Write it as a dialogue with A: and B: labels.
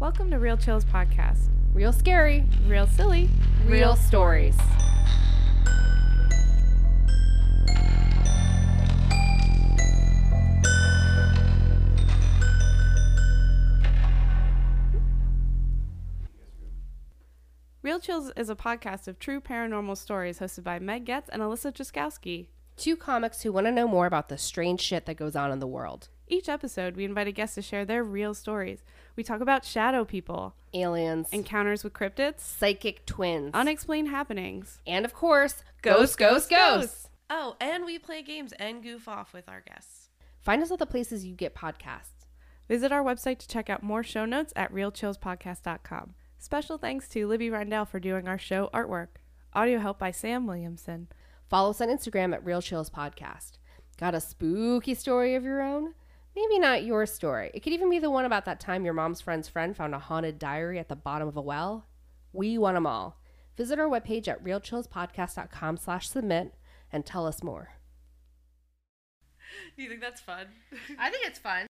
A: Welcome to Real Chills Podcast.
B: Real scary,
A: Real silly,
B: real stories.
A: Real Chills is a podcast of true paranormal stories hosted by Meg Getz and Alyssa Jaskowski.
B: Two comics who want to know more about the strange shit that goes on in the world.
A: Each episode, we invite a guest to share their real stories. We talk about shadow people,
B: Aliens,
A: encounters with cryptids,
B: psychic twins,
A: unexplained happenings.
B: and of course,
A: Ghosts,
B: ghosts, ghosts,
A: ghosts,
B: ghosts.
C: Oh, and we play games and goof off with our guests.
B: Find us at the places you get podcasts.
A: Visit our website to check out more show notes at realchillspodcast.com. Special thanks to Libby Rindell for doing our show artwork. Audio help by Sam Williamson.
B: Follow us on Instagram at Real Chills Podcast. Got a spooky story of your own? Maybe not your story. It could even be the one about that time your mom's friend's friend found a haunted diary at the bottom of a well. We want them all. Visit our webpage at realchillspodcast.com slash submit and tell us more.
C: Do you think that's fun?
B: I think it's fun.